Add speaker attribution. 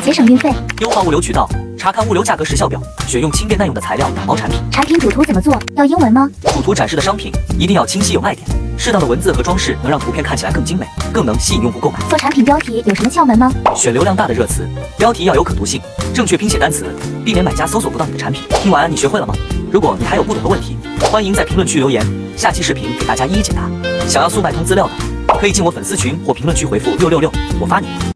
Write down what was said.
Speaker 1: 节省运费。啊
Speaker 2: 优化物流渠道，查看物流价格时效表，选用轻便耐用的材料打包产品。
Speaker 1: 产品主图怎么做？要英文吗？
Speaker 2: 主图展示的商品一定要清晰有卖点，适当的文字和装饰能让图片看起来更精美，更能吸引用户购买。
Speaker 1: 做产品标题有什么窍门吗？
Speaker 2: 选流量大的热词，标题要有可读性，正确拼写单词，避免买家搜索不到你的产品。听完你学会了吗？如果你还有不懂的问题，欢迎在评论区留言，下期视频给大家一一解答。想要速卖通资料的，可以进我粉丝群或评论区回复六六六，我发你。